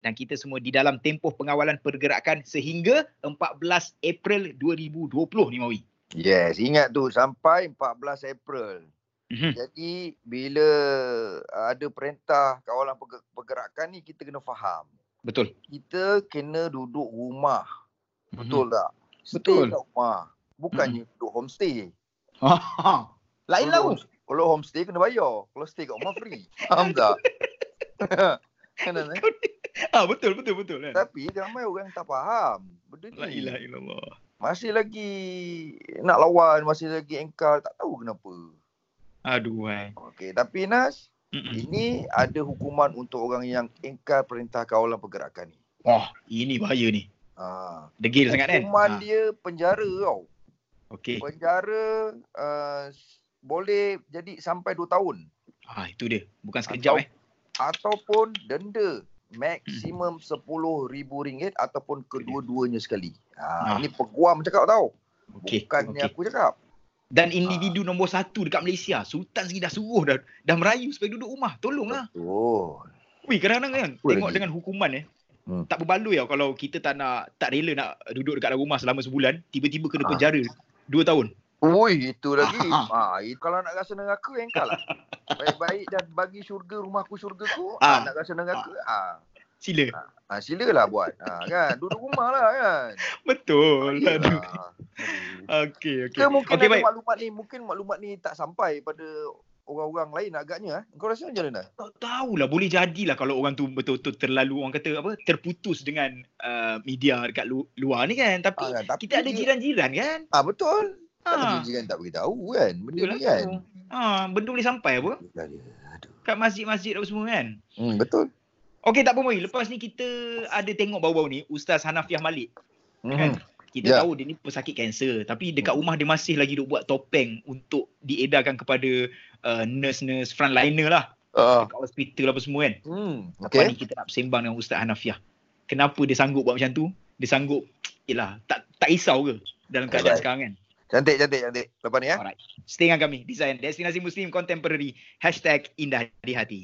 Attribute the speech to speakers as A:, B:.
A: dan kita semua di dalam tempoh pengawalan pergerakan sehingga 14 April 2020 ni Mawi.
B: Yes, ingat tu sampai 14 April. Mm-hmm. Jadi bila ada perintah kawalan pergerakan ni kita kena faham.
A: Betul.
B: Kita kena duduk rumah. Mm-hmm. Betul tak?
A: Mhm.
B: Stay
A: Betul.
B: kat rumah. Bukannya mm-hmm. duduk homestay.
A: Ha, ha. Lain lah
B: Kalau- Kalau homestay kena bayar. Kalau stay kat rumah free. Faham tak? Kena, eh?
A: ha, betul betul betul kan.
B: Tapi ramai orang tak faham benda
A: La
B: ni.
A: ilaha illallah.
B: Masih lagi nak lawan, masih lagi engkar, tak tahu kenapa.
A: Aduh ai.
B: Okey, tapi Nas,
A: Mm-mm.
B: Ini ada hukuman untuk orang yang ingkar perintah kawalan pergerakan ni.
A: Wah, ini bahaya ni.
B: Ha.
A: Degil sangat Eh. kan.
B: Hukuman dia penjara tau.
A: Okey.
B: Penjara uh, s- boleh jadi sampai 2 tahun
A: Ha, itu dia. Bukan sekejap eh.
B: ataupun denda maksimum
A: Hmm.
B: RM10,000 ataupun kedua-duanya sekali. Ha,
A: Ah.
B: Ini peguam cakap tau.
A: Okey.
B: Bukannya
A: Okey.
B: aku cakap.
A: Dan
B: Ah.
A: individu nombor satu dekat Malaysia, Sultan sendiri dah suruh dah dah merayu supaya duduk rumah. Tolonglah.
B: Oh.
A: Weh, kadang-kadang kan
B: Apa
A: tengok
B: lagi?
A: dengan hukuman eh.
B: Hmm.
A: Tak berbaloi tau kalau kita tak nak tak rela nak duduk dekat dalam rumah selama sebulan, tiba-tiba kena
B: Ah.
A: penjara dua tahun.
B: Ui, itu lagi.
A: Ah.
B: ha, itu kalau nak rasa neraka, engkau lah. Baik-baik dan bagi syurga rumahku syurgaku.
A: Ah.
B: Ha, nak rasa neraka, ah.
A: Sila.
B: Ha, silalah buat. Ha, kan? Duduk rumah lah kan.
A: Betul.
B: Ha.
A: Aduh. Okey, okey.
B: Ke mungkin
A: Okey,
B: okay, ada
A: baik.
B: maklumat ni, mungkin maklumat ni tak sampai pada orang-orang lain agaknya. eh. Kau rasa macam mana? Nas?
A: tak tahulah boleh jadilah kalau orang tu betul-betul terlalu orang kata apa terputus dengan uh, media dekat lu- luar ni kan tapi
B: Ha, kan? Tapi
A: kita ada jiran-jiran kan
B: Ah ha, betul. Ha. Tak
A: ha
B: jiran tak beritahu kan. Benda
A: betul lah
B: ni kan.
A: tu. ha benda boleh sampai apa
B: Itulah dia.
A: kat masjid-masjid apa semua kan
B: Hmm, betul.
A: Okey tak apa Moi. Lepas ni kita ada tengok baru-baru ni Ustaz Hanafiah Malik
B: Hmm.
A: kan? kita
B: Ya.
A: yeah. tahu dia ni pesakit kanser tapi dekat rumah dia masih lagi duk buat topeng untuk diedarkan kepada uh, nurse-nurse frontliner lah
B: Ah.
A: dekat hospital apa semua kan.
B: Hmm,
A: Okay. Lepas
B: okey.
A: ni kita nak sembang dengan Ustaz Hanafiah. Kenapa dia sanggup buat macam tu? Dia sanggup yalah tak tak risau ke dalam keadaan
B: Alright.
A: sekarang kan.
B: Cantik, cantik, cantik. Lepas ni ya.
A: Stay dengan kami Design Destinasi Muslim Contemporary Hashtag Indah di Hati